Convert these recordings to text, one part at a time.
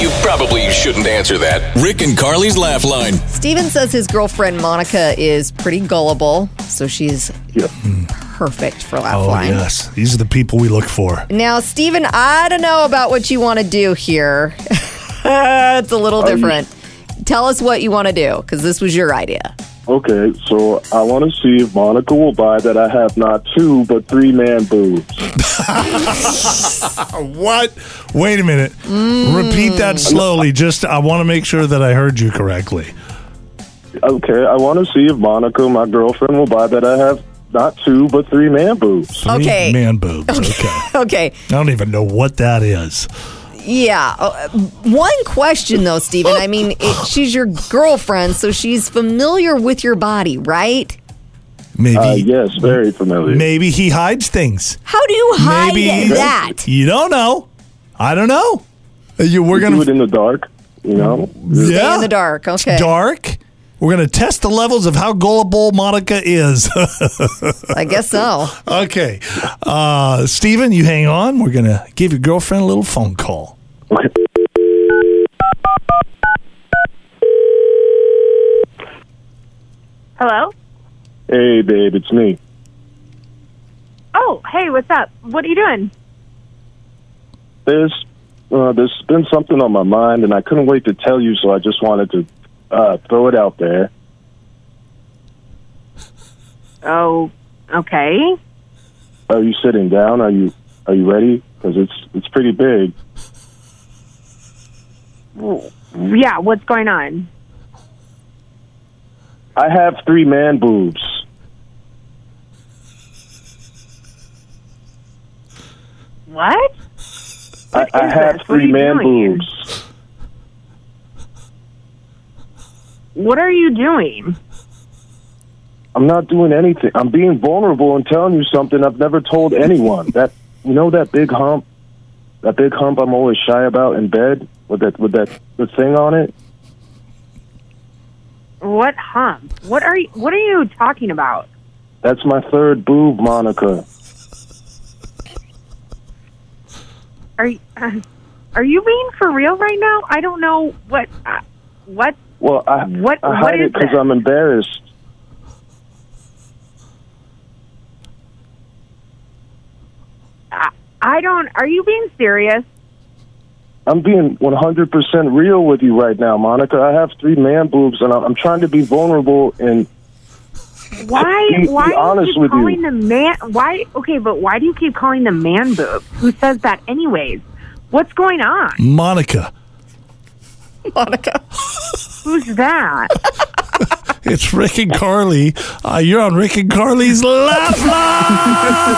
You probably shouldn't answer that. Rick and Carly's laugh line. Steven says his girlfriend Monica is pretty gullible, so she's perfect for laugh Oh, line. yes. These are the people we look for. Now, Steven, I don't know about what you want to do here. it's a little Oh, different. Tell us what you want to do because this was your idea. Okay, so I want to see if Monica will buy that I have not two but three man boobs. What? Wait a minute. Mm. Repeat that slowly. Just, I want to make sure that I heard you correctly. Okay, I want to see if Monica, my girlfriend, will buy that I have not two but three man boobs. Three Okay. Man boobs. Okay. I Okay. don't even know what that is. Yeah. Uh, One question, though, Steven. I mean, it, she's your girlfriend, so she's familiar with your body, right? Maybe. Uh, yes, very familiar. Maybe he hides things. How do you hide Maybe that? You don't know. I don't know. Uh, You, we're Do gonna it in the dark, you know? yeah. Stay in the dark. Okay. Dark. We're gonna test the levels of how gullible Monica is. I guess so. okay, uh, Steven, you hang on. We're gonna give your girlfriend a little phone call. Okay. Hello? Hey, babe, it's me. Oh, hey, what's up? What are you doing? There's, uh, there's been something on my mind, and I couldn't wait to tell you, so I just wanted to uh, throw it out there. Oh, okay. Are you sitting down? Are you are you ready? Because it's it's pretty big. Yeah, what's going on? I have three man boobs. What? I, I is have this? What are three you man doing? boobs. What are you doing? I'm not doing anything. I'm being vulnerable and telling you something I've never told anyone. that you know that big hump, that big hump I'm always shy about in bed with that with that the thing on it. What hump? What are you what are you talking about? That's my third boob, Monica. Are you are you being for real right now? I don't know what uh, what Well, I What- I what hide is it because that? I'm embarrassed. I don't are you being serious? I'm being 100% real with you right now, Monica. I have three man boobs, and I- I'm trying to be vulnerable and Why Be- be why do you honest keep with you. calling the man why okay, but why do you keep calling the man boob? Who says that anyways? What's going on? Monica, Monica. Who's that? it's Rick and Carly. Uh, you're on Rick and Carly's laugh line.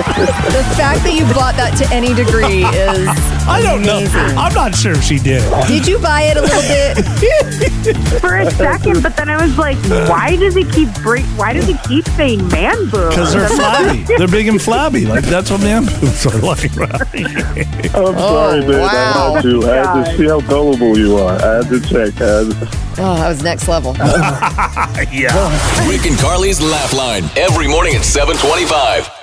The fact that you bought that to any degree is. I don't know. amazing. I'm not sure if she did. Did you buy it a little bit? for a second, but then I was like, why does he keep break? Why does he keep saying man boob? Because they're flabby. They're big and flabby. Like that's what man boobs are like, right? I'm sorry, babe. wow. I had to. I had to see how gullible you are. I had to check. I had to- Oh, that was next level. yeah. Rick and Carly's laugh line. Every morning at 725.